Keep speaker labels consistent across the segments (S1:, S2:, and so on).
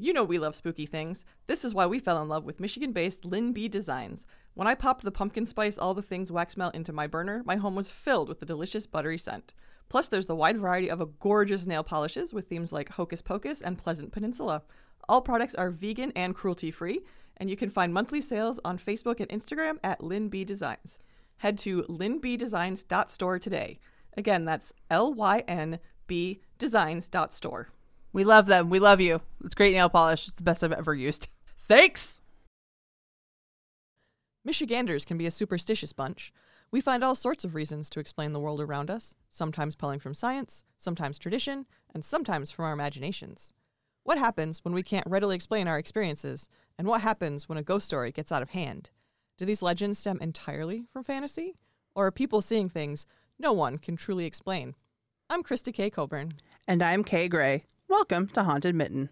S1: You know we love spooky things. This is why we fell in love with Michigan based Lynn B Designs. When I popped the pumpkin spice all the things wax melt into my burner, my home was filled with the delicious buttery scent. Plus, there's the wide variety of a gorgeous nail polishes with themes like Hocus Pocus and Pleasant Peninsula. All products are vegan and cruelty free, and you can find monthly sales on Facebook and Instagram at Lynn B Designs. Head to lynnbdesigns.store today. Again, that's L Y N B designs.store.
S2: We love them. We love you. It's great nail polish. It's the best I've ever used. Thanks.
S1: Michiganders can be a superstitious bunch. We find all sorts of reasons to explain the world around us, sometimes pulling from science, sometimes tradition, and sometimes from our imaginations. What happens when we can't readily explain our experiences, and what happens when a ghost story gets out of hand? Do these legends stem entirely from fantasy, or are people seeing things no one can truly explain? I'm Krista K. Coburn.
S2: And I'm Kay Gray. Welcome to Haunted Mitten.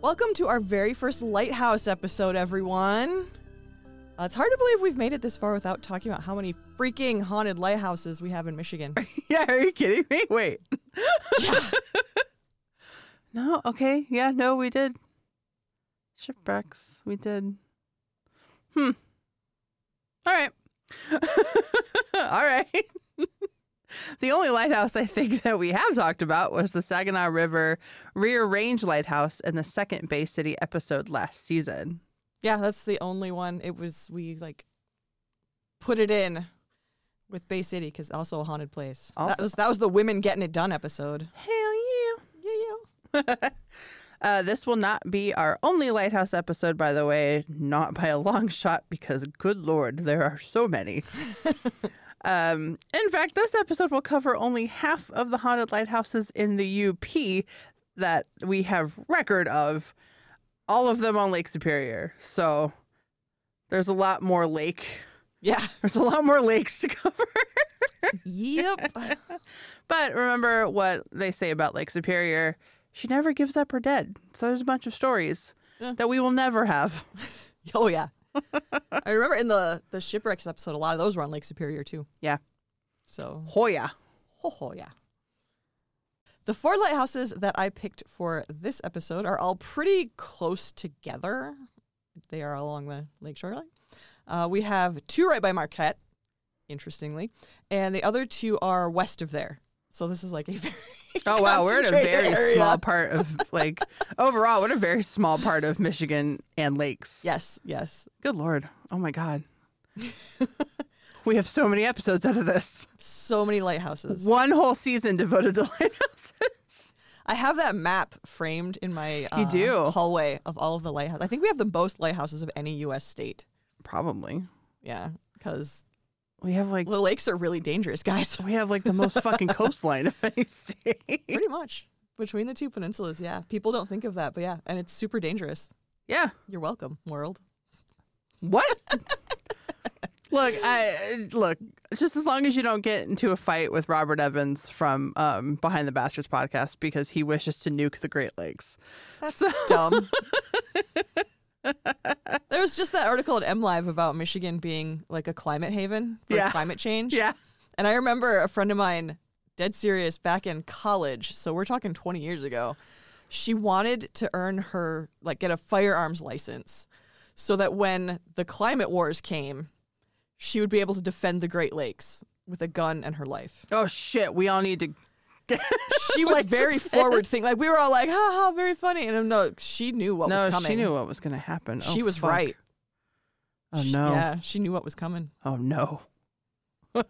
S1: Welcome to our very first Lighthouse episode, everyone. Uh, it's hard to believe we've made it this far without talking about how many freaking haunted lighthouses we have in Michigan.
S2: Yeah, are you kidding me? Wait. no, okay. Yeah, no, we did. Shipwrecks, we did. Hmm. All right. All right. the only lighthouse I think that we have talked about was the Saginaw River Rear Range Lighthouse in the second Bay City episode last season.
S1: Yeah, that's the only one. It was, we like put it in with Bay City because also a haunted place. That,
S2: Also.
S1: was, that was the women getting it done episode.
S2: Hell yeah.
S1: Yeah, yeah.
S2: Uh, this will not be our only lighthouse episode, by the way, not by a long shot, because good lord, there are so many. um, in fact, this episode will cover only half of the haunted lighthouses in the UP that we have record of, all of them on Lake Superior. So there's a lot more lake.
S1: Yeah.
S2: There's a lot more lakes to cover.
S1: yep.
S2: But remember what they say about Lake Superior. She never gives up her dead. So there's a bunch of stories
S1: Yeah.
S2: that we will never have.
S1: Oh, yeah. I remember in the, the shipwrecks episode, a lot of those were on Lake Superior, too.
S2: Yeah.
S1: So
S2: Hoya.
S1: Ho ho yeah. The four lighthouses that I picked for this episode are all pretty close together. They are along the lakeshore line. Uh, we have two right by Marquette, interestingly, and the other two are west of there. So this is like a very
S2: Oh wow, we're in a very
S1: concentrated area.
S2: small part of like overall, what a very small part of Michigan and lakes.
S1: Yes, yes.
S2: Good lord. Oh my god. we have so many episodes out of this.
S1: So many lighthouses.
S2: One whole season devoted to lighthouses.
S1: I have that map framed in my uh,
S2: do.
S1: hallway of all of the lighthouses. I think we have the most lighthouses of any U.S. state.
S2: Probably.
S1: Yeah, because
S2: We have like
S1: the lakes are really dangerous, guys.
S2: we have like the most fucking coastline of any state.
S1: Pretty much. Between the two peninsulas, yeah. People don't think of that, but yeah. And it's super dangerous.
S2: Yeah.
S1: You're welcome, world.
S2: What? look, I look. Just as long as you don't get into a fight with Robert Evans from um, Behind the Bastards podcast because he wishes to nuke the Great Lakes. so
S1: Dumb. there was just that article at MLive about Michigan being like a climate haven for
S2: Yeah.
S1: climate change.
S2: yeah,
S1: And I remember a friend of mine, dead serious, back in college, so we're talking 20 years ago, she wanted to earn her, like, get a firearms license so that when the climate wars came, she would be able to defend the Great Lakes with a gun and her life.
S2: oh shit, we all need to.
S1: She was
S2: Like
S1: very
S2: this.
S1: forward thinking. Like, we were all like, ha ha, very funny. And um, no, she knew what
S2: no,
S1: was coming.
S2: she knew what was going to happen. Oh,
S1: She was
S2: fuck.
S1: right.
S2: Oh
S1: She-
S2: no.
S1: Yeah, she knew what was coming.
S2: Oh no. Bro,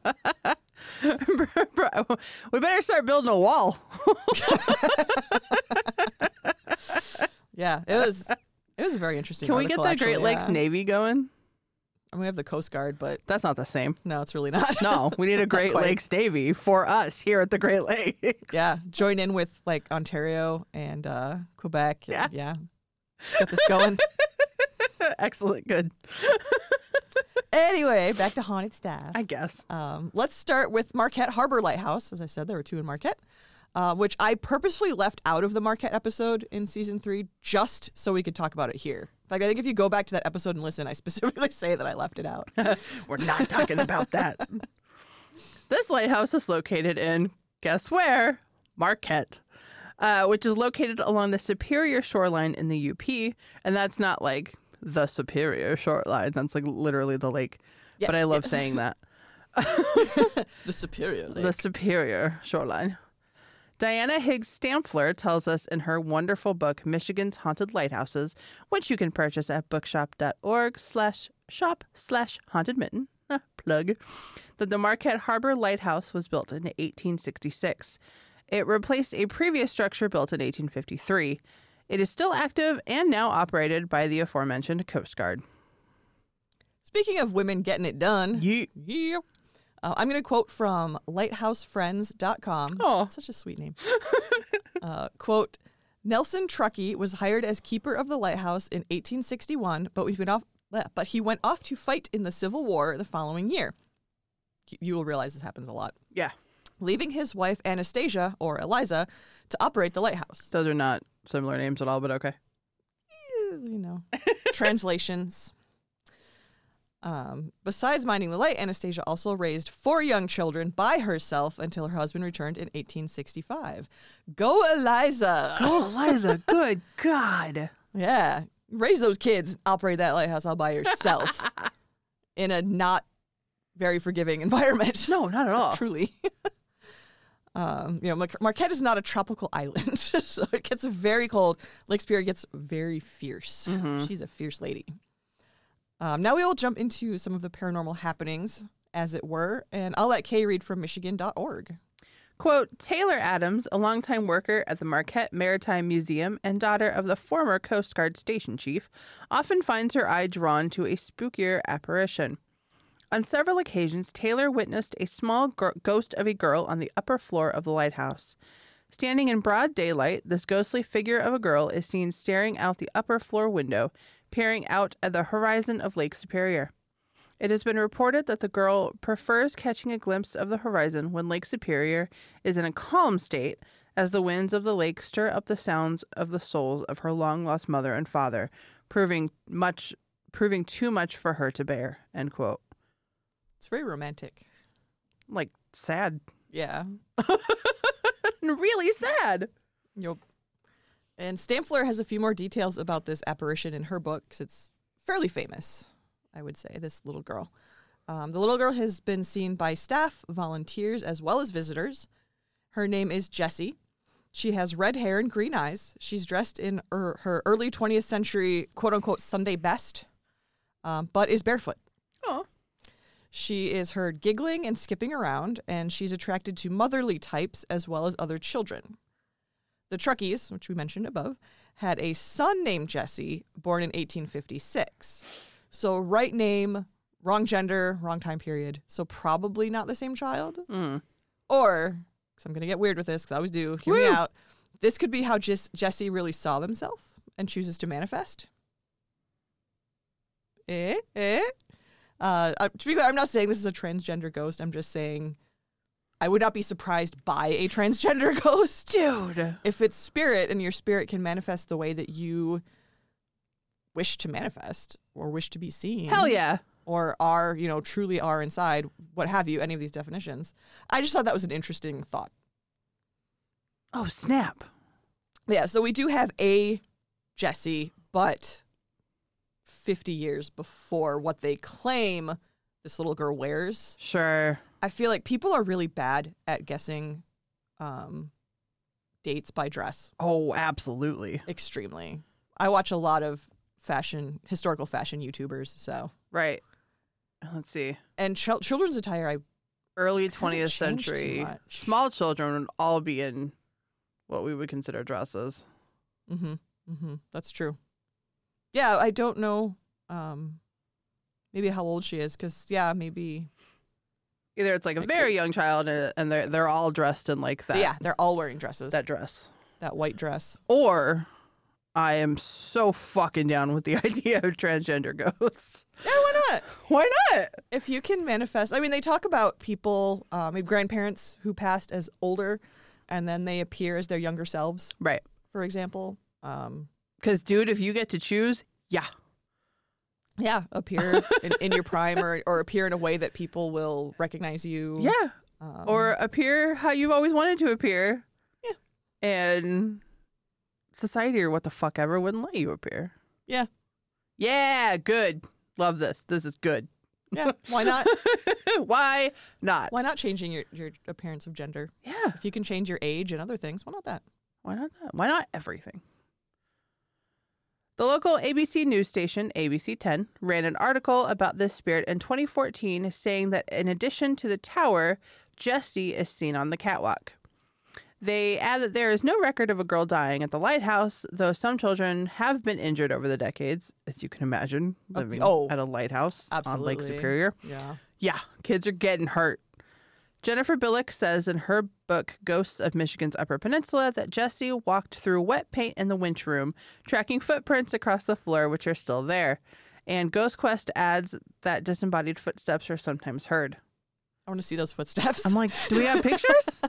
S2: we better start building a wall.
S1: Yeah, it was. It was a very interesting.
S2: Can we get
S1: article,
S2: that Great
S1: actually,
S2: Lakes
S1: yeah.
S2: Navy going?
S1: I mean, we have the Coast Guard, but
S2: That's not the same.
S1: no, it's really not.
S2: No, we need a Great
S1: quite.
S2: Lakes Navy for us here at the Great Lakes.
S1: Yeah, join in with like Ontario and uh, Quebec.
S2: Yeah.
S1: yeah. Let's Get this going.
S2: Excellent. Good.
S1: Anyway, back to haunted staff.
S2: I guess.
S1: Um, let's start with Marquette Harbor Lighthouse. As I said, there were two in Marquette, uh, which I purposefully left out of the Marquette episode in season three just so we could talk about it here. In fact, I think if you go back to that episode and listen, I specifically say that I left it out.
S2: We're not talking about that. This lighthouse is located in, guess where? Marquette, uh, which is located along the Superior shoreline in the UP. And that's not like the Superior shoreline, that's like literally the lake. but
S1: Yes,
S2: I love
S1: yeah.
S2: saying that.
S1: the Superior Lake.
S2: The Superior shoreline. Diana Higgs Stamfler tells us in her wonderful book, Michigan's Haunted Lighthouses, which you can purchase at bookshop.org slash shop slash haunted mitten, ah, plug, that the Marquette Harbor Lighthouse was built in 1866. It replaced a previous structure built in 1853. It is still active and now operated by the aforementioned Coast Guard.
S1: Speaking of women getting it done,
S2: Yeet.
S1: yeah. Uh, I'm going to quote from lighthousefriends.com.
S2: Aw.
S1: It's Such a sweet name. uh, quote Nelson Truckee was hired as keeper of the lighthouse in 1861, but, we went off, bleh, but he went off to fight in the Civil War the following year. You- You will realize this happens a lot.
S2: Yeah.
S1: Leaving his wife Anastasia, or Eliza, to operate the lighthouse.
S2: Those are not similar names at all, but okay.
S1: Eh, you know, translations. Um, besides minding the light, Anastasia also raised four young children by herself until her husband returned in 1865. Go, Eliza!
S2: Oh, Eliza, good God.
S1: Yeah, raise those kids, operate that lighthouse all by yourself in a not very forgiving environment.
S2: No, not at all.
S1: Truly. um, you know, Mar- Marquette is not a tropical island, so it gets very cold. Lake Superior gets very fierce. She's a fierce lady. Um, now we will jump into some of the paranormal happenings, as it were, and I'll let Kay read from Michigan.org.
S2: Quote Taylor Adams, a longtime worker at the Marquette Maritime Museum and daughter of the former Coast Guard station chief, often finds her eye drawn to a spookier apparition. On several occasions, Taylor witnessed a small gr- ghost of a girl on the upper floor of the lighthouse. Standing in broad daylight, this ghostly figure of a girl is seen staring out the upper floor window, peering out at the horizon of Lake Superior. It has been reported that the girl prefers catching a glimpse of the horizon when Lake Superior is in a calm state, as the winds of the lake stir up the sounds of the souls of her long lost mother and father, proving much proving too much for her to bear. End quote.
S1: It's very romantic.
S2: Like sad.
S1: Yeah.
S2: really sad.
S1: Yep. And Stamfler has a few more details about this apparition in her book 'cause it's fairly famous, I would say, this little girl. Um, the little girl has been seen by staff, volunteers, as well as visitors. Her name is Jessie. She has red hair and green eyes. She's dressed in er, her early 20th century quote unquote Sunday best, um, but is barefoot.
S2: Oh.
S1: She is heard giggling and skipping around, and she's attracted to motherly types as well as other children. The Truckies, which we mentioned above, had a son named Jesse, born in 1856. So, right name, wrong gender, wrong time period. So, probably not the same child. Or, because I'm going to get weird with this, because I always do, hear me
S2: Woo.
S1: out. This could be how Jess- Jesse really saw themselves and chooses to manifest. Eh, eh. Uh, uh, to be clear, I'm not saying this is a transgender ghost. I'm just saying I would not be surprised by a transgender ghost.
S2: Dude.
S1: If it's spirit and your spirit can manifest the way that you wish to manifest or wish to be seen,
S2: Hell yeah.
S1: or are, you know, truly are inside, what have you, any of these definitions. I just thought that was an interesting thought.
S2: Oh snap.
S1: Yeah, so we do have a Jesse, but 50 years before what they claim this little girl wears.
S2: Sure.
S1: I feel like people are really bad at guessing um, dates by dress.
S2: Oh, absolutely.
S1: Extremely. I watch a lot of fashion, historical fashion YouTubers. So,
S2: Right. Let's see.
S1: and chil- children's attire, I
S2: early
S1: It hasn't
S2: 20th
S1: changed too
S2: century
S1: much.
S2: small children would all be in what we would consider dresses
S1: Mm-hmm. Mm-hmm. That's true. Yeah, I don't know. Um, maybe how old she is, because yeah, maybe
S2: either it's like a
S1: Like,
S2: very young child and and they're, they're all dressed in like that
S1: yeah, they're all wearing dresses.
S2: that dress
S1: that white dress.
S2: or I am so fucking down with the idea of transgender ghosts.
S1: Yeah, why not?
S2: Why not?
S1: If you can manifest, I mean, they talk about people, uh, maybe grandparents who passed as older, and then they appear as their younger selves,
S2: Right.
S1: for example. Um,
S2: Because, dude, if you get to choose, yeah.
S1: yeah, appear in, in your prime, or or appear in a way that people will recognize you.
S2: Yeah.
S1: Um,
S2: or appear how you've always wanted to appear.
S1: Yeah.
S2: And society or what the fuck ever wouldn't let you appear.
S1: Yeah.
S2: Yeah, good. Love this. This is good.
S1: yeah. Why not?
S2: Why not?
S1: Why not changing your, your appearance of gender?
S2: Yeah.
S1: If you can change your age and other things, why not that?
S2: Why not that? Why not everything? The local ABC news station, ABC 10, ran an article about this spirit in 2014 saying that in addition to the tower, Jessie is seen on the catwalk. They add that there is no record of a girl dying at the lighthouse, though some children have been injured over the decades, as you can imagine, living
S1: oh,
S2: at a lighthouse on Lake
S1: absolutely.
S2: Superior.
S1: Yeah.
S2: Yeah, kids are getting hurt. Jennifer Billick says in her book Ghosts of Michigan's Upper Peninsula that Jesse walked through wet paint in the winch room, tracking footprints across the floor which are still there. And Ghost Quest adds that disembodied footsteps are sometimes heard.
S1: I want to see those footsteps.
S2: I'm like, do we have pictures?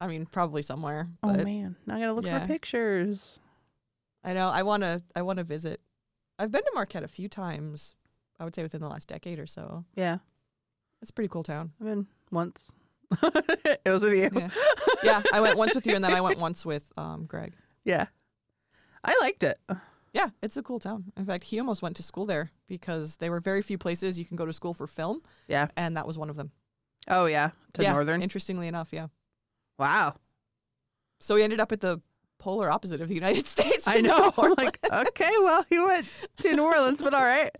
S1: I mean, probably somewhere.
S2: oh
S1: but-
S2: man, now I gotta look
S1: yeah.
S2: for pictures.
S1: I know. I want to. I want to visit. I've been to Marquette a few times. I would say within the last decade or so.
S2: Yeah,
S1: It's a pretty cool town.
S2: I've been once. it was with you.
S1: Yeah. Yeah, I went once with you, and then I went once with um, Greg.
S2: yeah. I liked it.
S1: Yeah, it's a cool town. In fact, he almost went to school there because there were very few places you can go to school for film,
S2: Yeah.
S1: and that was one of them.
S2: Oh yeah, to
S1: yeah,
S2: northern.
S1: Interestingly enough, yeah.
S2: wow.
S1: So we ended up at the polar opposite of the United States.
S2: I
S1: in
S2: know.
S1: New
S2: I'm like,
S1: Orleans.
S2: okay, well, he went to New Orleans, but all right.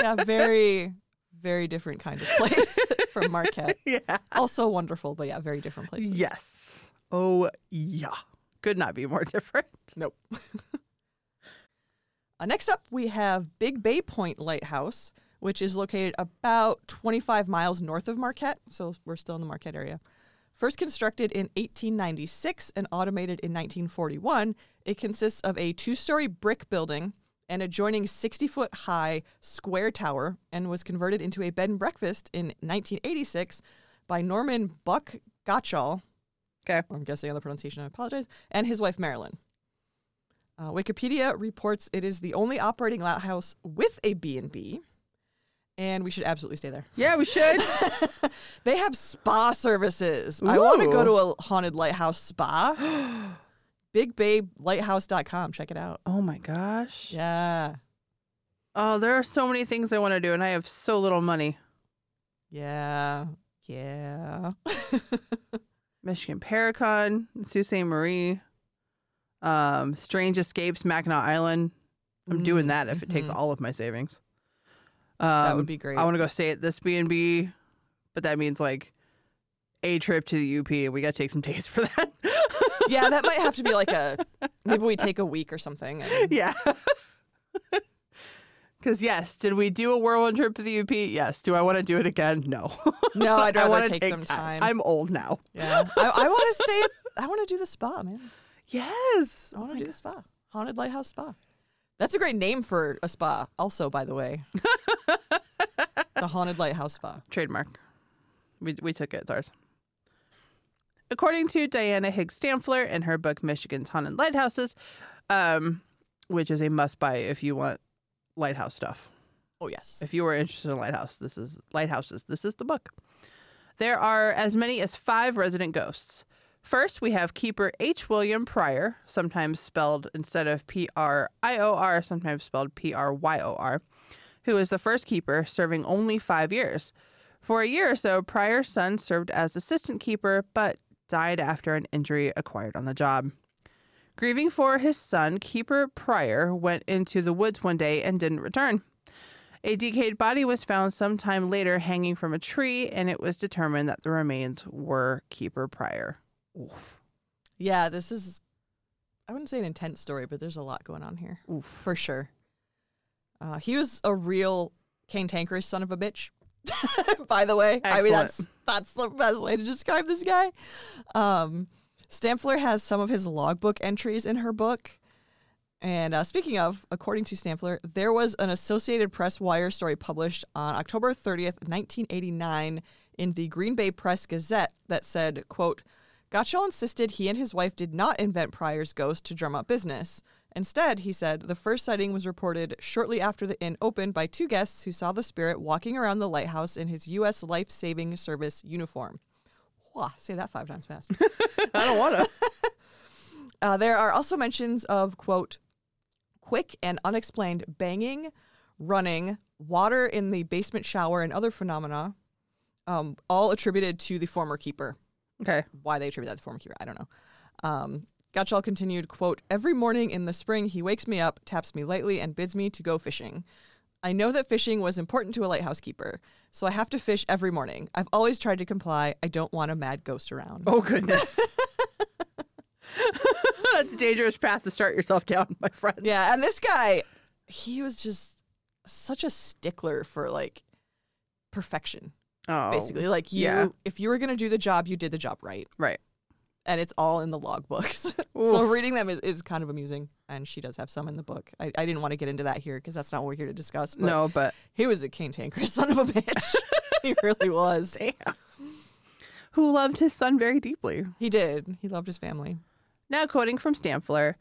S1: yeah, very, very different kind of place from Marquette.
S2: yeah.
S1: Also wonderful, but yeah, very different places.
S2: Yes. Oh, yeah. Could not be more different.
S1: Nope. uh, next up, we have Big Bay Point Lighthouse, which is located about 25 miles north of Marquette. So we're still in the Marquette area. First constructed in 1896 and automated in 1941, it consists of a two story brick building, an adjoining 60 foot high square tower, and was converted into a bed and breakfast in 1986 by Norman Buck Gottschall.
S2: Okay.
S1: I'm guessing on the pronunciation, I apologize, and his wife Marilyn. Uh, Wikipedia reports it is the only operating lighthouse with a B&B, and we should absolutely stay there.
S2: Yeah, we should.
S1: They have spa services. I want to
S2: Ooh.
S1: go to a haunted lighthouse spa. BigBayLighthouse.com. Check it out.
S2: oh my gosh.
S1: Yeah.
S2: Oh, there are so many things I want to do, and I have so little money.
S1: Yeah. Yeah.
S2: Michigan Paracon, Sault Ste. Marie, um, Strange Escapes, Mackinac Island. I'm doing
S1: Mm,
S2: that if it takes
S1: mhm.
S2: all of my savings.
S1: That
S2: Um,
S1: would be great.
S2: I want to go stay at this B and B, but that means like a trip to the UP, and we got to take some days for that.
S1: Mm-hmm. yeah, that might have to be like a maybe we take a week or something. and-
S2: yeah. Because yes, did we do a whirlwind trip to the UP? Yes. Do I want to do it again? No.
S1: no, I'd
S2: I
S1: rather
S2: want to
S1: take, some time.
S2: I'm old now.
S1: yeah. I, I want to stay. I want to do the spa, man.
S2: Yes.
S1: I want to do the spa. Haunted Lighthouse Spa. That's a great name for a spa, also, by the way. the Haunted Lighthouse Spa.
S2: Trademark. We, we took it. It's ours. According to Diana Higgs Stamfler in her book Michigan's Haunted Lighthouses, um, which is a must buy if you want lighthouse stuff.
S1: Oh, yes.
S2: If you were interested in lighthouse, this is lighthouses. This is the book. There are as many as five resident ghosts. First, we have keeper H. William Pryor, sometimes spelled instead of P R I O R, sometimes spelled P R Y O R, who is the first keeper, serving only five years. For a year or so, Pryor's son served as assistant keeper, but died after an injury acquired on the job. Grieving for his son, Keeper Pryor went into the woods one day and didn't return. A decayed body was found sometime later hanging from a tree, and it was determined that the remains were Keeper Pryor. Oof.
S1: Yeah, this is. I wouldn't say an intense story, but there's a lot going on here
S2: Oof.
S1: for sure. Uh, he was a real cantankerous son of a bitch. By the way, I mean
S2: Excellent.
S1: that's that's the best way to describe this guy. Um, Stamfler has some of his logbook entries in her book. And uh, speaking of, according to Stamfler, there was an Associated Press wire story published on October 30th, 1989, in the Green Bay Press Gazette that said, quote, Gottschall insisted he and his wife did not invent Pryor's ghost to drum up business. Instead, he said, the first sighting was reported shortly after the inn opened by two guests who saw the spirit walking around the lighthouse in his U.S. Life Saving Service uniform. Wah, say that five times fast.
S2: I don't want to.
S1: Uh, there are also mentions of, quote, quick and unexplained banging, running, water in the basement shower, and other phenomena, um, all attributed to the former keeper.
S2: okay.
S1: Why they attribute that to the former keeper, I don't know. Um, Gottschall continued, quote, Every morning in the spring, he wakes me up, taps me lightly, and bids me to go fishing. I know that fishing was important to a lighthouse keeper, so I have to fish every morning. I've always tried to comply. I don't want a mad ghost around.
S2: Oh goodness. That's a dangerous path to start yourself down, my friend.
S1: Yeah, and this guy, he was just such a stickler for like perfection.
S2: Oh,
S1: Basically, like you,
S2: yeah.
S1: if you were gonna do the job, you did the job right,
S2: Right.
S1: and it's all in the logbooks. so
S2: Oof.
S1: reading them is, is kind of amusing, and she does have some in the book. I, I didn't want to get into that here because that's not what we're here to discuss. But
S2: no, but
S1: he was a cantankerous son of a bitch. he really was.
S2: damn. Who loved his son very deeply.
S1: He did. He loved his family.
S2: Now, quoting from Stamfler,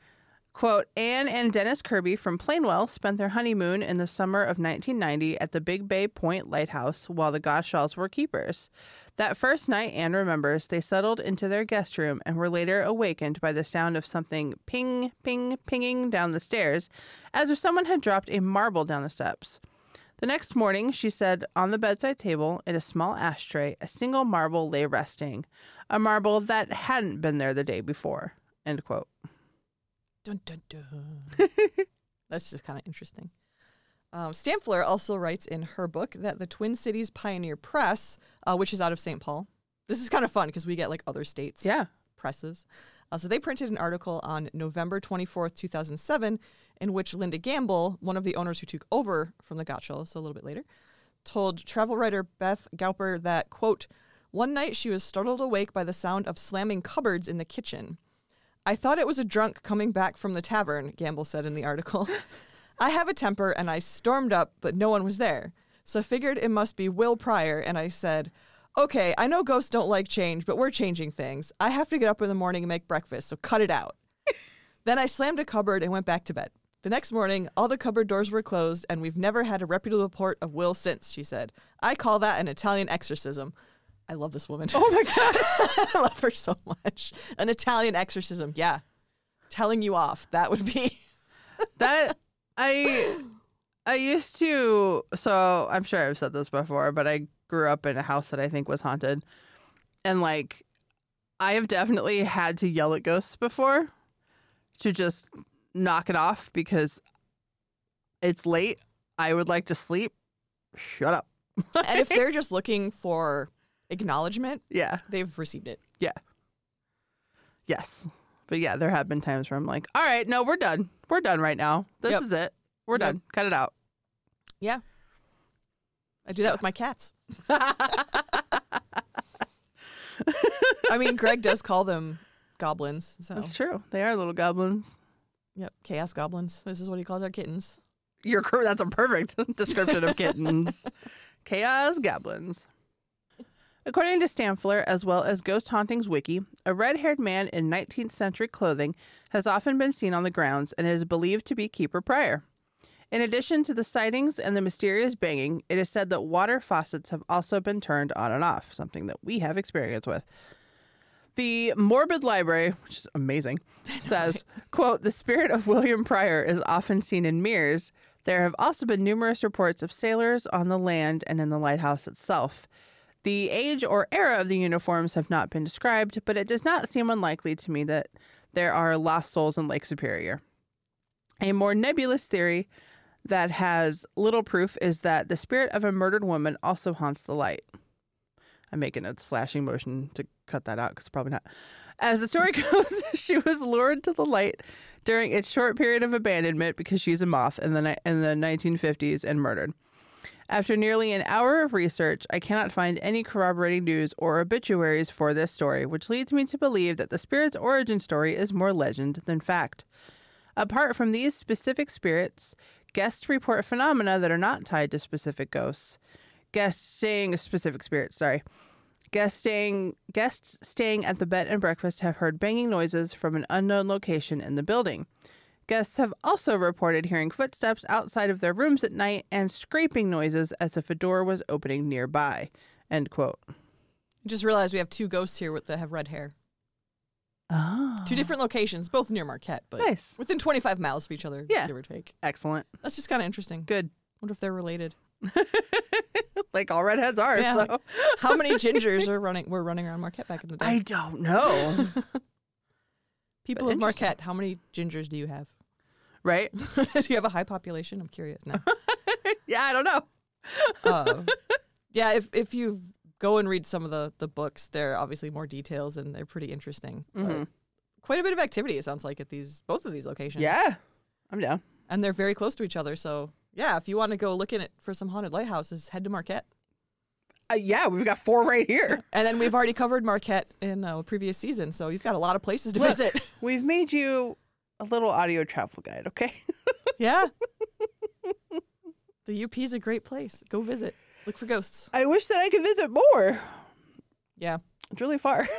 S2: quote, Anne and Dennis Kirby from Plainwell spent their honeymoon in the summer of 1990 at the Big Bay Point Lighthouse while the Gottschalls were keepers. That first night, Anne remembers, they settled into their guest room and were later awakened by the sound of something ping, ping, pinging down the stairs, as if someone had dropped a marble down the steps. The next morning, she said, on the bedside table, in a small ashtray, a single marble lay resting, a marble that hadn't been there the day before. End quote.
S1: Dun, dun, dun. That's just kind of interesting. Um, Stamfler also writes in her book that the Twin Cities Pioneer Press, uh, which is out of St. Paul, this is kind of fun because we get like other states'
S2: Yeah.
S1: presses. Uh, so they printed an article on November 24th, 2007, in which Linda Gamble, one of the owners who took over from the Gottschall, so a little bit later, told travel writer Beth Gauper that, quote, one night she was startled awake by the sound of slamming cupboards in the kitchen. I thought it was a drunk coming back from the tavern, Gamble said in the article. I have a temper and I stormed up, but no one was there. So I figured it must be Will Pryor, and I said, Okay, I know ghosts don't like change, but we're changing things. I have to get up in the morning and make breakfast, so cut it out. then I slammed a cupboard and went back to bed. The next morning, all the cupboard doors were closed, and we've never had a reputable report of Will since, she said. I call that an Italian exorcism. I love this woman. Oh my God. I love her so much. An Italian exorcism, yeah. Telling you off, that would be.
S2: That I I used to so I'm sure I've said this before, but I grew up in a house that I think was haunted. And like I have definitely had to yell at ghosts before to just knock it off because it's late. I would like to sleep. Shut up.
S1: and if they're just looking for acknowledgement,
S2: Yeah.
S1: they've received it.
S2: Yes. But yeah, there have been times where I'm like, all right, no, we're done. We're done right now. This
S1: Yep.
S2: is it. We're
S1: Yep.
S2: done. Cut it out.
S1: I do that with my cats. I mean, Greg does call them goblins. So,
S2: That's true. They are little goblins.
S1: yep, chaos goblins. This is what he calls our kittens.
S2: You're cor- that's a perfect description of kittens. Chaos goblins. According to Stamfler, as well as Ghost Hauntings Wiki, a red haired man in 19th century clothing has often been seen on the grounds and is believed to be Keeper Pryor. In addition to the sightings and the mysterious banging, it is said that water faucets have also been turned on and off, something that we have experience with. The Morbid Library, which is amazing, says, quote, the spirit of William Pryor is often seen in mirrors. There have also been numerous reports of sailors on the land and in the lighthouse itself. The age or era of the uniforms have not been described, but it does not seem unlikely to me that there are lost souls in Lake Superior. A more nebulous theory that has little proof is that the spirit of a murdered woman also haunts the light. I'm making a slashing motion to cut that out because probably not. As the story goes, she was lured to the light during its short period of abandonment because she's a moth in the ni- in the 1950s and murdered. After nearly an hour of research, I cannot find any corroborating news or obituaries for this story, which leads me to believe that the spirit's origin story is more legend than fact. Apart from these specific spirits, guests report phenomena that are not tied to specific ghosts. Guests staying specific spirits, sorry. Guests staying guests staying at the bed and breakfast have heard banging noises from an unknown location in the building. Guests have also reported hearing footsteps outside of their rooms at night and scraping noises as if a door was opening nearby. End quote.
S1: Just realized we have two ghosts here with that have red hair.
S2: Oh.
S1: Two different locations, both near Marquette, but
S2: Nice.
S1: within 25 miles of each other,
S2: Yeah.
S1: give or take.
S2: Excellent.
S1: That's just kind of interesting.
S2: Good.
S1: Wonder if they're related.
S2: Like all redheads are.
S1: Yeah,
S2: so
S1: like- How many gingers are running? Were running around Marquette back in the day?
S2: I don't know.
S1: People
S2: but
S1: of Marquette, how many gingers do you have?
S2: right?
S1: do you have a high population? I'm curious now.
S2: Yeah, I don't know.
S1: Uh, yeah, if if you go and read some of the the books, there are obviously more details and they're pretty interesting. But
S2: Mhm.
S1: Quite a bit of activity it sounds like at these both of these locations.
S2: Yeah. I'm down.
S1: and they're very close to each other. So yeah, if you want to go looking at for some haunted lighthouses, head to Marquette.
S2: Uh, yeah, we've got four right here.
S1: And then we've already covered Marquette in uh, a previous season, so you've got a lot of places to
S2: Look.
S1: visit.
S2: We've made you a little audio travel guide, okay?
S1: yeah, the UP is a great place. Go visit. Look for ghosts.
S2: I wish that I could visit more.
S1: Yeah.
S2: It's really far.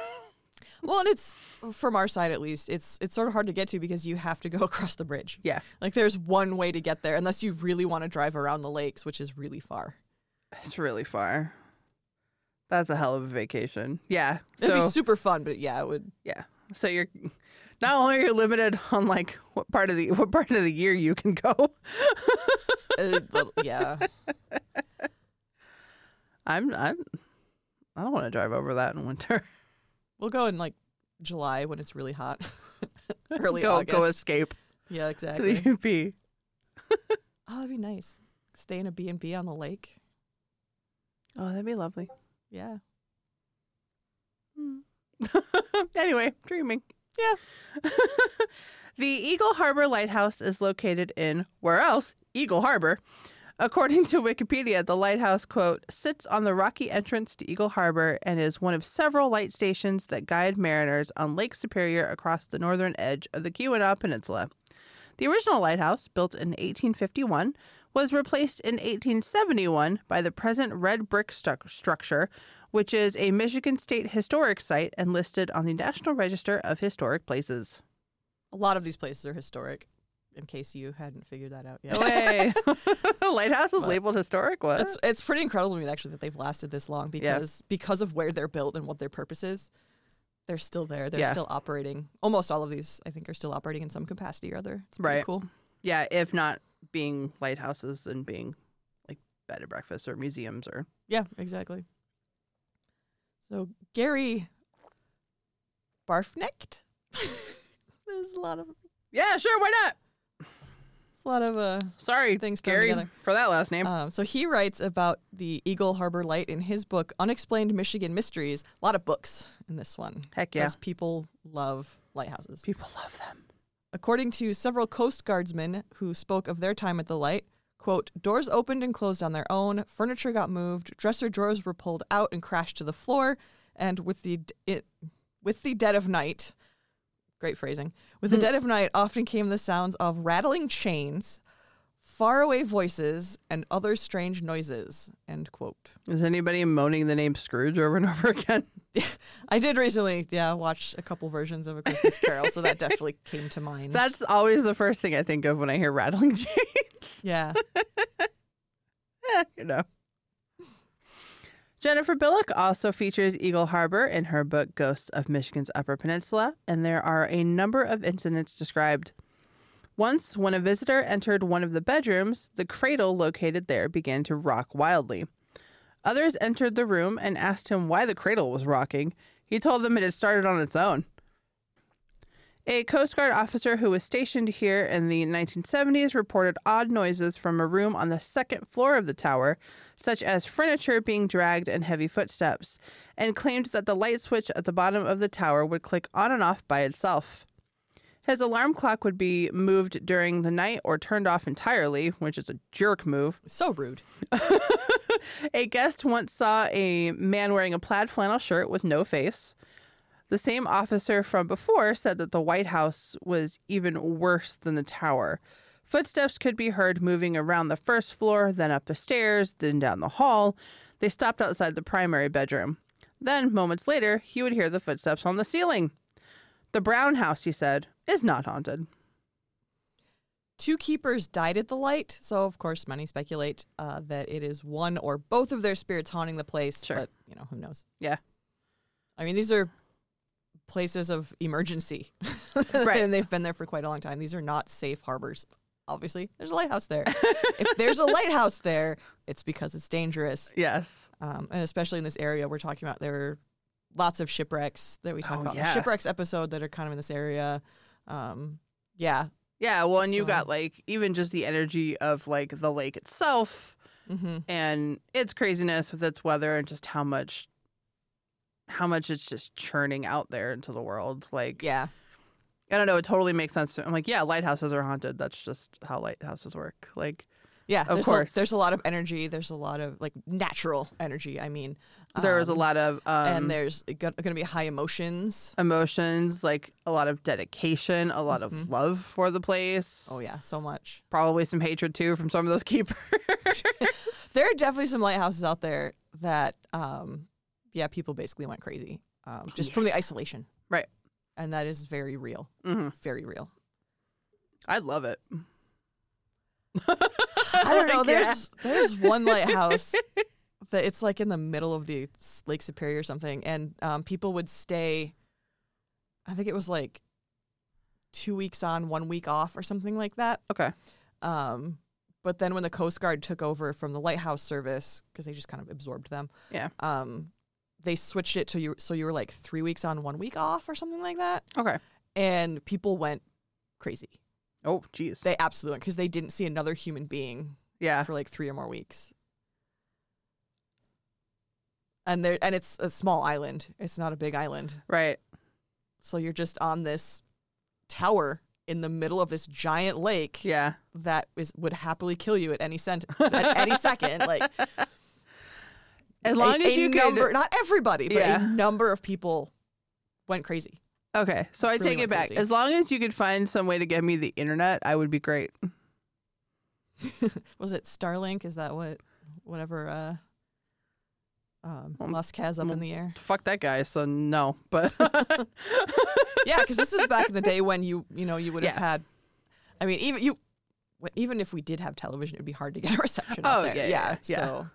S1: Well, and it's from our side at least. It's it's sort of hard to get to because you have to go across the bridge.
S2: Yeah.
S1: Like there's one way to get there unless you really want to drive around the lakes, which is really far.
S2: It's really far. That's a hell of a vacation. Yeah.
S1: It'd
S2: So
S1: be super fun, but yeah, it would.
S2: yeah. So you're not only are you limited on like what part of the what part of the year you can go.
S1: Uh, little- yeah.
S2: I'm not. I don't want to drive over that in winter.
S1: We'll go in like July when it's really hot. Early
S2: go
S1: August.
S2: go escape
S1: yeah,
S2: to
S1: exactly.
S2: the UP.
S1: Oh, that'd be nice. Stay in a B&B on the lake.
S2: Oh, that'd be lovely.
S1: Yeah.
S2: Hmm. anyway, dreaming.
S1: Yeah.
S2: the Eagle Harbor Lighthouse is located in where else? Eagle Harbor. According to Wikipedia, the lighthouse, quote, sits on the rocky entrance to Eagle Harbor and is one of several light stations that guide mariners on Lake Superior across the northern edge of the Keweenaw Peninsula. The original lighthouse, built in 1851, was replaced in 1871 by the present red brick stu- structure, which is a Michigan State Historic Site and listed on the National Register of Historic Places.
S1: A lot of these places are historic, in case you hadn't figured that out
S2: Oh,
S1: yet.
S2: Way. lighthouse is
S1: But-
S2: labeled historic. What?
S1: It's, it's pretty incredible to me actually that they've lasted this long because because of where they're built and what their purpose is, they're still there. They're
S2: Yeah.
S1: still operating. Almost all of these, I think, are still operating in some capacity or other. It's pretty
S2: Right.
S1: cool.
S2: yeah, if not being lighthouses, then being like bed and breakfast or museums or
S1: Yeah, exactly. So Gary Barfnecht. There's a lot of
S2: yeah, sure, why not?
S1: it's a lot of uh
S2: Sorry,
S1: Things thrown
S2: Gary,
S1: together.
S2: for that last name.
S1: Um, so he writes about the Eagle Harbor Light in his book, Unexplained Michigan Mysteries. A lot of books in this one.
S2: Heck yeah.
S1: 'cause people love lighthouses.
S2: People love them.
S1: According to several Coast Guardsmen who spoke of their time at the light, quote, doors opened and closed on their own, furniture got moved, dresser drawers were pulled out and crashed to the floor, and with the d- it, with the dead of night, great phrasing, with the dead of night often came the sounds of rattling chains, faraway voices, and other strange noises, end quote.
S2: Is anybody moaning the name Scrooge over and over again?
S1: I did recently, yeah, watch a couple versions of A Christmas Carol, so that definitely came to mind.
S2: That's always the first thing I think of when I hear rattling chains.
S1: yeah.
S2: you know. Jennifer Billock also features Eagle Harbor in her book Ghosts of Michigan's Upper Peninsula, and there are a number of incidents described. Once, when a visitor entered one of the bedrooms, the cradle located there began to rock wildly. Others entered the room and asked him why the cradle was rocking. He told them it had started on its own. A Coast Guard officer who was stationed here in the 1970s reported odd noises from a room on the second floor of the tower, such as furniture being dragged and heavy footsteps, and claimed that the light switch at the bottom of the tower would click on and off by itself. His alarm clock would be moved during the night or turned off entirely, which is a jerk move.
S1: So rude.
S2: A guest once saw a man wearing a plaid flannel shirt with no face. The same officer from before said that the White House was even worse than the tower. Footsteps could be heard moving around the first floor, then up the stairs, then down the hall. They stopped outside the primary bedroom. Then, moments later, he would hear the footsteps on the ceiling. The Brown House, he said, is not haunted.
S1: Two keepers died at the light, so of course many speculate uh, that it is one or both of their spirits haunting the place.
S2: Sure.
S1: But you know who knows?
S2: Yeah.
S1: I mean, these are places of emergency,
S2: Right.
S1: and they've been there for quite a long time. These are not safe harbors. Obviously, there's a lighthouse there. if there's a lighthouse there, it's because it's dangerous,
S2: Yes.
S1: um, and especially in this area we're talking about. There are lots of shipwrecks that we talk
S2: Oh,
S1: about in
S2: yeah.
S1: the shipwrecks episode that are kind of in this area. Um, yeah,
S2: Yeah, well, and you
S1: So-
S2: got like even just the energy of like the lake itself
S1: mm-hmm.
S2: and its craziness with its weather and just how much how much it's just churning out there into the world. Like
S1: yeah.
S2: I don't know, it totally makes sense. To, I'm like, yeah, lighthouses are haunted. That's just how lighthouses work. Like
S1: Yeah,
S2: Of
S1: there's
S2: course.
S1: A, there's a lot of energy. There's a lot of like natural energy. I mean,
S2: there was a
S1: Um,
S2: lot of um,
S1: and there's going to be high emotions.
S2: emotions, like a lot of dedication, a lot of love for the place.
S1: Mm-hmm. Oh yeah, so much.
S2: Probably some hatred too from some of those keepers.
S1: There are definitely some lighthouses out there that, um, yeah, people basically went crazy um, just from the isolation,
S2: right.
S1: and that is very real,
S2: Mhm.
S1: very real.
S2: I'd love it.
S1: I don't know.
S2: Like, yeah.
S1: There's there's one lighthouse that it's like in the middle of the s- Lake Superior or something, and um, people would stay. I think it was like two weeks on, one week off, or something like that.
S2: Okay.
S1: Um, but then when the Coast Guard took over from the Lighthouse Service, because they just kind of absorbed them,
S2: Yeah.
S1: um, they switched it to you. So you were like three weeks on, one week off, or something like that.
S2: Okay.
S1: And people went crazy.
S2: Oh, jeez.
S1: They absolutely went because they didn't see another human being
S2: Yeah.
S1: for like three or more weeks. And there, and it's a small island. It's not a big island,
S2: Right.
S1: so you're just on this tower in the middle of this giant lake
S2: Yeah.
S1: that is would happily kill you at any cent at any second. Like a-
S2: As long as
S1: a
S2: you could-
S1: number, not everybody, but
S2: Yeah.
S1: a number of people went crazy.
S2: Okay. So I
S1: Really
S2: take it
S1: went
S2: back.
S1: crazy.
S2: As long as you could find some way to get me the internet, I would be great.
S1: Was it Starlink? Is that what whatever uh, um,
S2: Um,
S1: Musk has up
S2: um,
S1: in the air?
S2: Fuck that guy. So no. But
S1: yeah, because this is back in the day when you you know you would have
S2: Yeah.
S1: had. I mean, even you, w- even if we did have television, it'd be hard to get a reception.
S2: Oh,
S1: out there.
S2: yeah, yeah, yeah.
S1: So,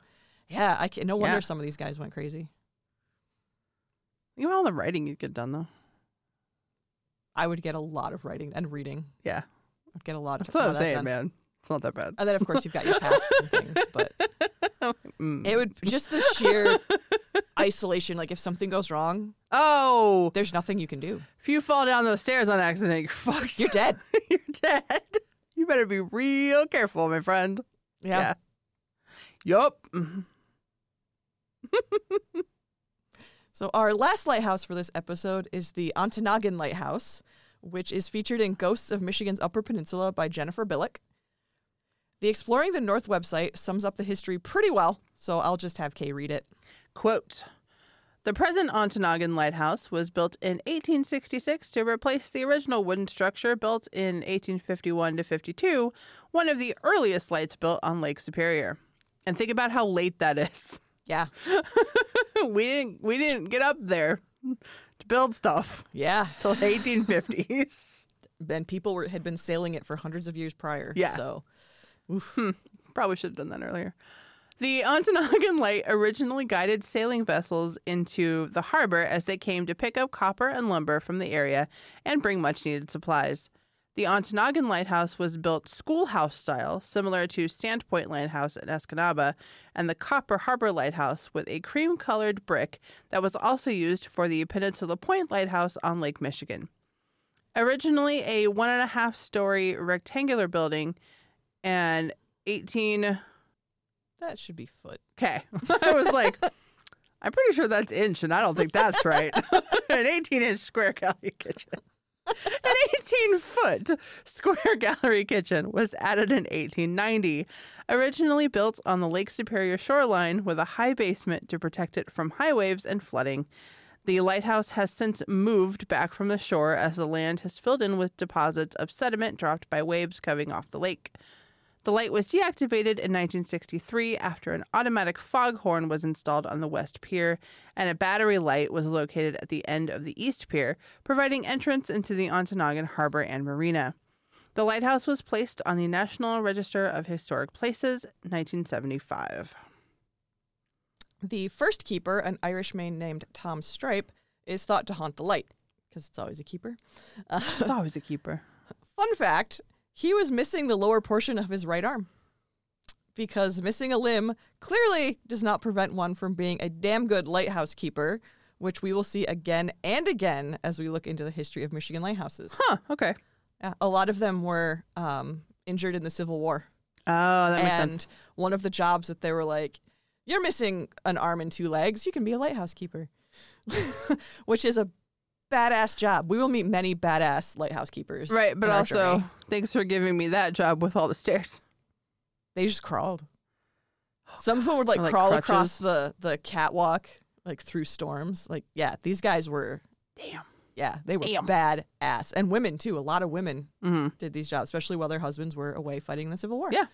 S1: yeah, I can, no wonder
S2: Yeah.
S1: some of these guys went crazy.
S2: you know all the writing you get done though.
S1: I would get a lot of writing and reading.
S2: Yeah.
S1: I'd get a lot of
S2: That's what
S1: lot
S2: I'm
S1: of that
S2: saying,
S1: done.
S2: man. It's not that bad.
S1: And then of course you've got your tasks and things, but
S2: Mm.
S1: it would just the sheer isolation. Like if something goes wrong,
S2: oh,
S1: there's nothing you can do.
S2: if you fall down those stairs on accident, you're fucked.
S1: You're dead.
S2: You're dead. You better be real careful, my friend.
S1: Yeah.
S2: Yeah. Yup. Mhm.
S1: So our last lighthouse for this episode is the Ontonagon Lighthouse, which is featured in Ghosts of Michigan's Upper Peninsula by Jennifer Billick. The Exploring the North website sums up the history pretty well, so I'll just have Kay read it.
S2: Quote The present Ontonagon Lighthouse was built in 1866 to replace the original wooden structure built in 1851 to 52, one of the earliest lights built on Lake Superior. And think about how late that is.
S1: Yeah.
S2: we didn't we didn't get up there to build stuff
S1: Yeah.
S2: till 1850s.
S1: Then people were, had been sailing it for hundreds of years prior.
S2: Yeah.
S1: So
S2: Probably should have done that earlier. The Ontonagon Light originally guided sailing vessels into the harbor as they came to pick up copper and lumber from the area and bring much needed supplies. The Ontonagon Lighthouse was built schoolhouse style, similar to Sandpoint Lighthouse in Escanaba, and the Copper Harbor Lighthouse with a cream colored brick that was also used for the Peninsula Point Lighthouse on Lake Michigan. Originally a one and a half story rectangular building, and 18
S1: that should be foot.
S2: okay i was like i'm pretty sure that's inch and i don't think that's right an 18 inch square galley kitchen An 18 foot square gallery kitchen was added in 1890, originally built on the Lake Superior shoreline with a high basement to protect it from high waves and flooding. The lighthouse has since moved back from the shore as the land has filled in with deposits of sediment dropped by waves coming off the lake. The light was deactivated in 1963 after an automatic foghorn was installed on the west pier, and a battery light was located at the end of the east pier, providing entrance into the Ontonagon Harbor and Marina. The lighthouse was placed on the National Register of Historic Places 1975.
S1: The first keeper, an Irishman named Tom Stripe, is thought to haunt the light because it's always a keeper. Uh,
S2: It's always a keeper.
S1: fun fact he was missing the lower portion of his right arm because missing a limb clearly does not prevent one from being a damn good lighthouse keeper, which we will see again and again as we look into the history of Michigan lighthouses.
S2: Huh, okay.
S1: Uh, A lot of them were um, injured in the Civil War
S2: Oh, that makes
S1: and
S2: sense.
S1: one of the jobs that they were like, "You're missing an arm and two legs. You can be a lighthouse keeper," which is a badass job. We will meet many badass lighthouse keepers,
S2: Right, but
S1: in our
S2: also,
S1: journey.
S2: thanks for giving me that job with all the stairs.
S1: they just crawled. Some of them would like,
S2: Oh, Or, like,
S1: crawl across the the catwalk like through storms. Like, yeah, these guys were,
S2: Damn.
S1: yeah, they were
S2: Damn.
S1: badass, and women too. A lot of women
S2: Mm-hmm.
S1: did these jobs, especially while their husbands were away fighting the Civil War.
S2: Yeah.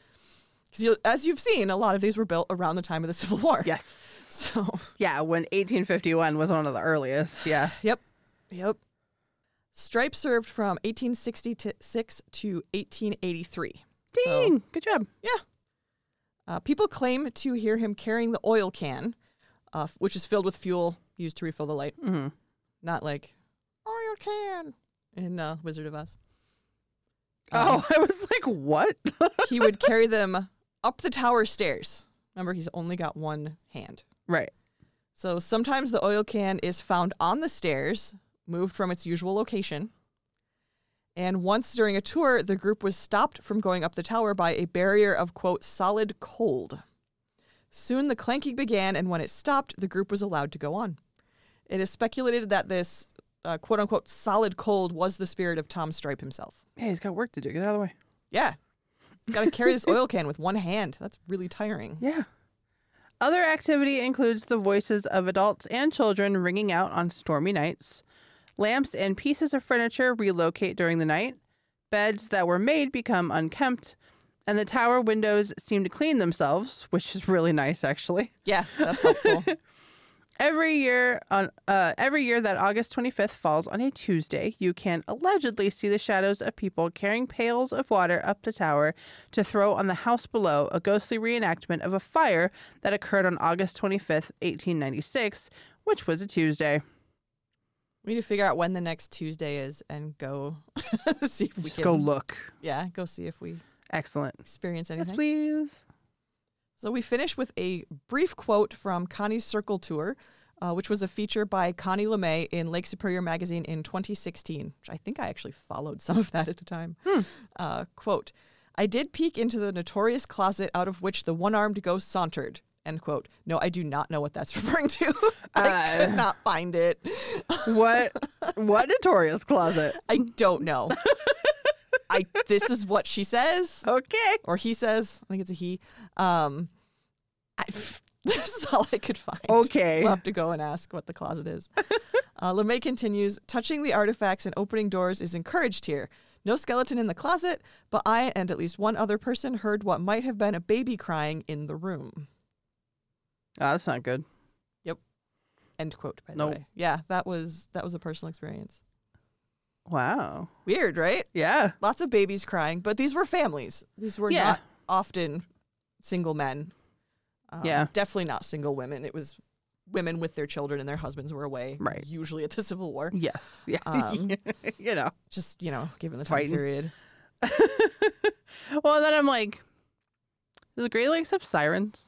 S1: 'Cause you- as you've seen, a lot of these were built around the time of the Civil War.
S2: Yes.
S1: So.
S2: Yeah, when 1851 was one of the earliest. Yeah.
S1: Yep. Yep. Stripe served from 1866 to 1883. So-
S2: Ding. Good job.
S1: Uh, people claim to hear him carrying the oil can, uh, f- which is filled with fuel used to refill the light,
S2: Mm-hmm.
S1: not like oil can in uh, Wizard of Oz.
S2: Oh, I was like, what?
S1: he would carry them up the tower stairs. Remember, he's only got one hand.
S2: right.
S1: So sometimes the oil can is found on the stairs, moved from its usual location. And once during a tour, the group was stopped from going up the tower by a barrier of, quote, solid cold. Soon the clanking began, and when it stopped, the group was allowed to go on. It is speculated that this, uh, quote unquote, solid cold was the spirit of Tom Stripe himself.
S2: Hey, he's got work to do. Get out of the way.
S1: Yeah. Got to carry this oil can with one hand. That's really tiring.
S2: Yeah. Other activity includes the voices of adults and children ringing out on stormy nights. Lamps and pieces of furniture relocate during the night. Beds that were made become unkempt. And the tower windows seem to clean themselves, which is really nice, actually.
S1: Yeah, that's helpful.
S2: Every year on uh, every year that August 25th falls on a Tuesday, you can allegedly see the shadows of people carrying pails of water up the tower to throw on the house below, a ghostly reenactment of a fire that occurred on August 25th, 1896, which was a Tuesday.
S1: We need to figure out when the next Tuesday is and go see if we
S2: Just
S1: can.
S2: go look.
S1: Yeah, go see if we
S2: Excellent.
S1: experience
S2: Yes,
S1: anything.
S2: please.
S1: so we finish with a brief quote from Connie's Circle Tour, uh, which was a feature by Connie LeMay in Lake Superior magazine in 2016, which I think I actually followed some of that at the time.
S2: Hmm.
S1: Uh, quote, I did peek into the notorious closet out of which the one-armed ghost sauntered. End quote. No, I do not know what that's referring to. I could
S2: Uh.
S1: not find it.
S2: What what notorious closet?
S1: I don't know. I this is what she says
S2: Okay.
S1: or he says. I think it's a he. Um, I, this is all I could find.
S2: Okay.
S1: We'll have to go and ask what the closet is. uh, LeMay continues touching the artifacts and opening doors is encouraged here. No skeleton in the closet, but I and at least one other person heard what might have been a baby crying in the room.
S2: Oh, that's not good.
S1: End quote, by
S2: Nope.
S1: the way. Yeah, that was that was a personal experience.
S2: Wow.
S1: Weird, right?
S2: Yeah.
S1: lots of babies crying, but these were families. These were
S2: Yeah.
S1: not often single men. Um,
S2: Yeah.
S1: Definitely not single women. It was women with their children and their husbands were away,
S2: Right.
S1: usually at the Civil War.
S2: Yes. Yeah.
S1: Um,
S2: you know.
S1: Just, you know, given the time
S2: Fighting.
S1: period.
S2: Well, then I'm like, does the Great Lakes have sirens?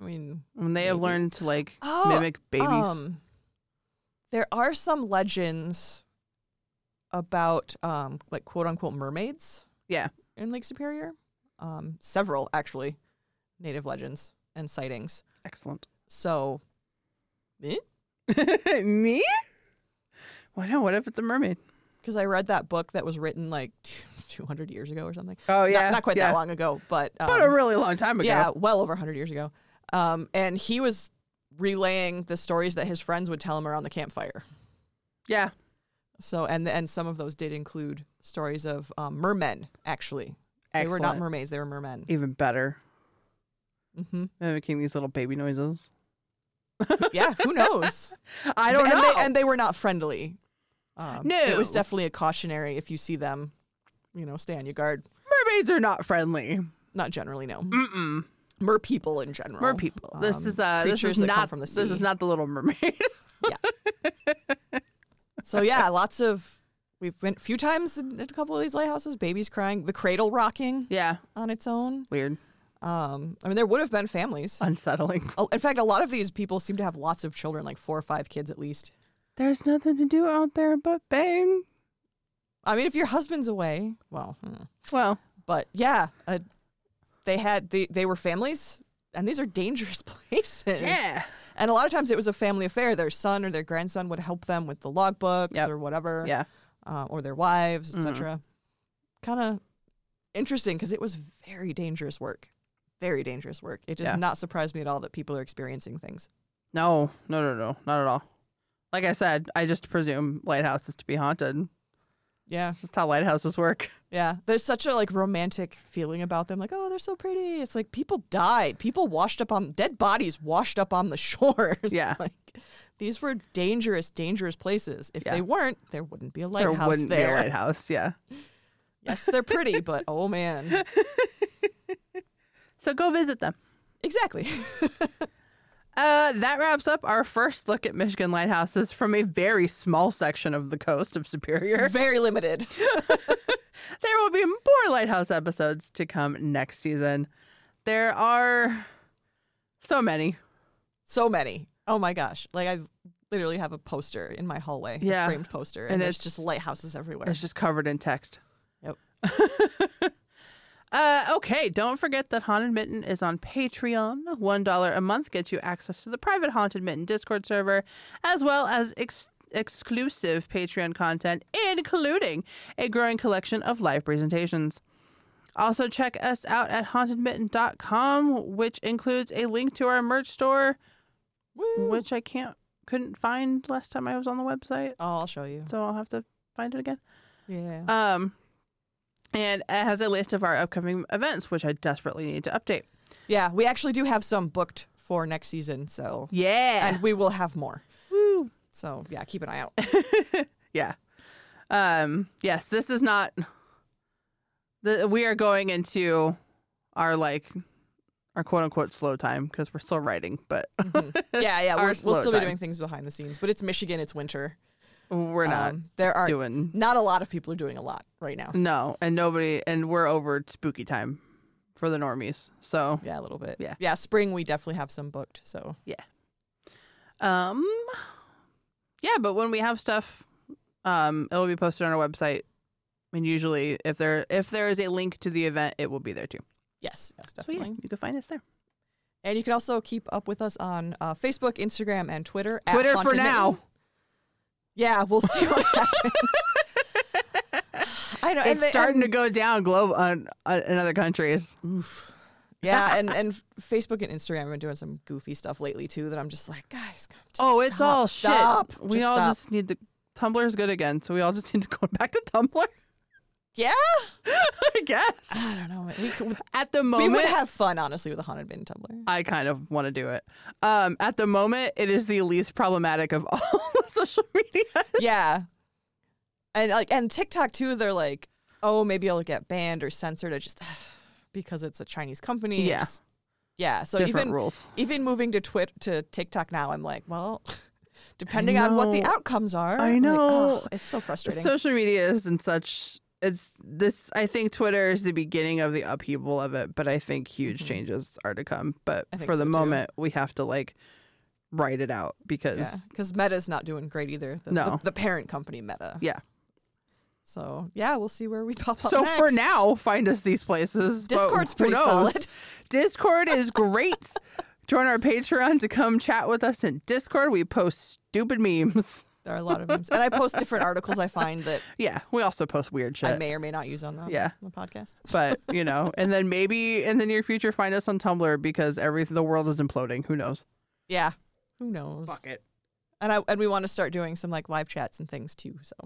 S1: I mean,
S2: When they have
S1: Maybe.
S2: learned to like
S1: Oh,
S2: mimic babies.
S1: um, there are some legends about, um, like, quote unquote mermaids.
S2: Yeah.
S1: In Lake Superior. Um, several, actually, native legends and sightings.
S2: Excellent.
S1: So, eh?
S2: Me? Well, no. What if it's a mermaid?
S1: because I read that book that was written like 200 years ago or something.
S2: Oh
S1: Not-
S2: yeah,
S1: not, quite
S2: yeah.
S1: that long ago, but um,
S2: but a really long time ago.
S1: yeah, well over 100 years ago. Um, and he was relaying the stories that his friends would tell him around the campfire.
S2: yeah.
S1: So and and some of those did include stories of um, mermen. Actually, they were not
S2: Excellent.
S1: mermaids; they were mermen.
S2: Even better,
S1: hmm
S2: mimicking these little baby noises.
S1: Yeah, who knows?
S2: I don't
S1: and
S2: know.
S1: They, and they were not friendly. Um, it was
S2: No.
S1: definitely a cautionary. If you see them, you know, stay on your guard.
S2: Mermaids are not friendly.
S1: Not generally, no.
S2: Mm-mm.
S1: Mer people in general.
S2: Mm. Mer people. this
S1: Um,
S2: is uh, this
S1: creatures
S2: is
S1: that come
S2: not
S1: from the
S2: This is
S1: sea.
S2: not the Little Mermaid.
S1: So yeah, lots of we've went a few times in a couple of these lighthouses. Babies crying, the cradle rocking
S2: yeah,
S1: on its own.
S2: weird,
S1: Um, I mean, there would have been families.
S2: unsettling.
S1: Oh, In fact, a lot of these people seem to have lots of children, like four or five kids at least.
S2: There's nothing to do out there but bang.
S1: I mean, if your husband's away, well, hmm.
S2: Well,
S1: but yeah, uh, they had they, they were families, and these are dangerous places.
S2: yeah,
S1: and a lot of times it was a family affair. Their son or their grandson would help them with the logbooks
S2: Yep.
S1: or whatever.
S2: yeah.
S1: uh, or their wives,
S2: Mhm.
S1: etc. Kind of interesting because it was very dangerous work. Very dangerous work. It does
S2: Yeah.
S1: not surprise me at all that people are experiencing things.
S2: No, no, no, no, not at all. Like I said, I just presume lighthouses to be haunted.
S1: Yeah,
S2: That's how lighthouses work.
S1: yeah. There's such a like romantic feeling about them. Like, oh, they're so pretty. It's like people died. People washed up on dead bodies washed up on the shores.
S2: Yeah.
S1: like these were dangerous, dangerous places. If
S2: Yeah.
S1: they weren't, there wouldn't be a
S2: There
S1: lighthouse there.
S2: wouldn't be a lighthouse. Yeah.
S1: yes, they're pretty, but oh man,
S2: So go visit them.
S1: exactly.
S2: Uh, that wraps up our first look at Michigan lighthouses from a very small section of the coast of Superior.
S1: Very limited.
S2: There will be more lighthouse episodes to come next season. There are so many.
S1: so many. Oh my gosh! Like I literally have a poster in my hallway,
S2: Yeah.
S1: a framed poster, and,
S2: And
S1: there's
S2: it's-
S1: just lighthouses everywhere.
S2: It's just covered in text.
S1: Yep.
S2: Uh, okay, don't forget that Haunted Mitten is on Patreon. $1 a month gets you access to the private Haunted Mitten Discord server, as well as ex- exclusive Patreon content, including a growing collection of live presentations. Also, check us out at hauntedmitten.com, which includes a link to our merch store,
S1: Woo.
S2: which I can't couldn't find last time I was on the website,
S1: Oh, I'll show you.
S2: so I'll have to find it again.
S1: Yeah.
S2: Um, and it has a list of our upcoming events, which I desperately need to update.
S1: yeah, we actually do have some booked for next season, so
S2: Yeah.
S1: and we will have more.
S2: Woo.
S1: So yeah, keep an eye out.
S2: Yeah. Um, yes, this is not. The, we are going into our like our quote unquote slow time because we're still writing, but
S1: Mm-hmm. yeah, yeah,
S2: Our
S1: we're, we'll
S2: slow
S1: still
S2: time.
S1: be doing things behind the scenes, but it's Michigan, it's winter.
S2: we're not
S1: Um, there are
S2: doing Mm.
S1: not a lot of people are doing a lot right now.
S2: no, and nobody, and we're over spooky time for the normies. So
S1: Yeah, a little bit.
S2: Yeah.
S1: yeah. Spring, we definitely have some booked. So
S2: Um, yeah, but when we have stuff, um, it'll be posted on our website. And usually, if there if there is a link to the event, it will be there too.
S1: yes, yes,
S2: So yeah,
S1: definitely.
S2: you can find us there.
S1: And you can also keep up with us on uh, Facebook, Instagram, and Twitter. at
S2: Twitter for
S1: Haunted
S2: now.
S1: Mitten. Yeah, we'll see what happens. I know.
S2: It's
S1: and they- and-
S2: starting to go down globe on, on in other countries.
S1: Yeah, and and Facebook and Instagram have been doing some goofy stuff lately too. That I'm just like, guys, come- just
S2: Oh, it's
S1: stop,
S2: all
S1: stop,
S2: shit. We
S1: just
S2: all
S1: stop."
S2: just need to. Tumblr's good again, so we all just need to go back to Tumblr.
S1: yeah.
S2: I guess
S1: I don't know. man. We, could,
S2: at the
S1: we
S2: moment,
S1: would have fun honestly with a haunted bin Tumblr.
S2: I kind of want to do it. Um, at the moment, it is the least problematic of all social media.
S1: yeah, and like and TikTok too. They're like, oh, maybe it'll get banned or censored. I just because it's a Chinese company.
S2: Yeah.
S1: It's- yeah. So
S2: Different
S1: even
S2: rules.
S1: even moving to Twitter to TikTok now, I'm like, well, depending on what the
S2: know.
S1: outcomes are,
S2: I
S1: I'm like,
S2: know.
S1: "Ugh, it's so frustrating.
S2: Social media is in such it's this I think Twitter is the beginning of the upheaval of it, but I think huge
S1: Mhm.
S2: changes are to come. But
S1: I think
S2: for the
S1: so, too.
S2: moment we have to like write it out because
S1: yeah, because Meta's not doing great either. The,
S2: No.
S1: the, the parent company Meta.
S2: Yeah.
S1: So yeah, we'll see where we pop up.
S2: so for
S1: next.
S2: now, find us these places. but
S1: Discord's
S2: who
S1: pretty
S2: knows?
S1: solid.
S2: Discord is great. Join our Patreon to come chat with us in Discord. We post stupid memes.
S1: There are a lot of memes, and I post different articles I find that
S2: Yeah, we also post weird shit.
S1: I may or may not use on the
S2: Yeah.
S1: on the podcast.
S2: but you know, and then maybe in the near future find us on Tumblr because every the world is imploding. Who knows?
S1: Yeah, who knows?
S2: it.
S1: And I and we want to start doing some like live chats and things too. So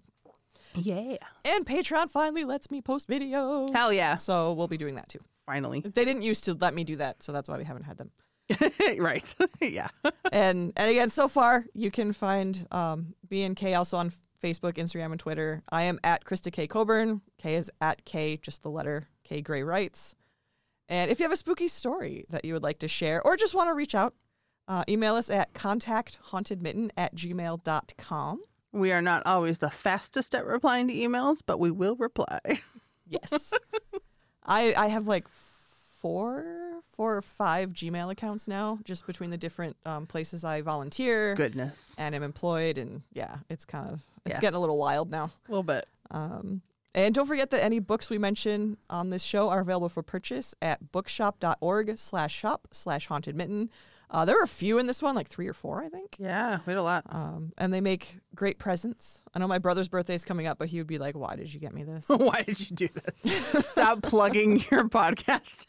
S2: Yeah.
S1: and Patreon finally lets me post videos.
S2: Hell yeah.
S1: So we'll be doing that too.
S2: Finally.
S1: They didn't used to let me do that, so that's why we haven't had them.
S2: right. yeah.
S1: and and again, so far you can find um, B and K also on Facebook, Instagram, and Twitter. I am at Krista K Coburn. K is at K, just the letter K Gray writes. And if you have a spooky story that you would like to share or just want to reach out, uh, email us at contacthauntedmitten at gmail.com.
S2: We are not always the fastest at replying to emails, but we will reply.
S1: Yes. I I have like four four or five Gmail accounts now, just between the different um, places I volunteer
S2: Goodness.
S1: and am employed, and yeah, it's kind of it's
S2: Yeah.
S1: getting a little wild now.
S2: A little bit.
S1: Um, and don't forget that any books we mention on this show are available for purchase at bookshop.org slash shop slash haunted mitten. Uh, there were a few in this one, like three or four, I think.
S2: Yeah, we had a lot.
S1: Um, and they make great presents. I know my brother's birthday is coming up, but he would be like, why did you get me this?
S2: Why did you do this? Stop plugging your podcast.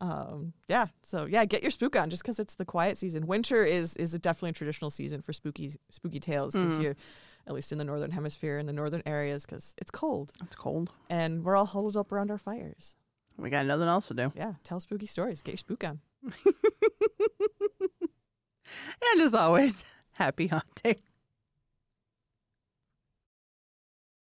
S1: um, yeah. So yeah, get your spook on just because it's the quiet season. Winter is is a definitely a traditional season for spooky spooky tales because you're at least in the northern hemisphere in the northern areas because it's cold
S2: It's cold.
S1: and we're all huddled up around our fires.
S2: We got nothing else to do.
S1: Yeah, tell spooky stories. Get your spook on.
S2: And as always, happy haunting.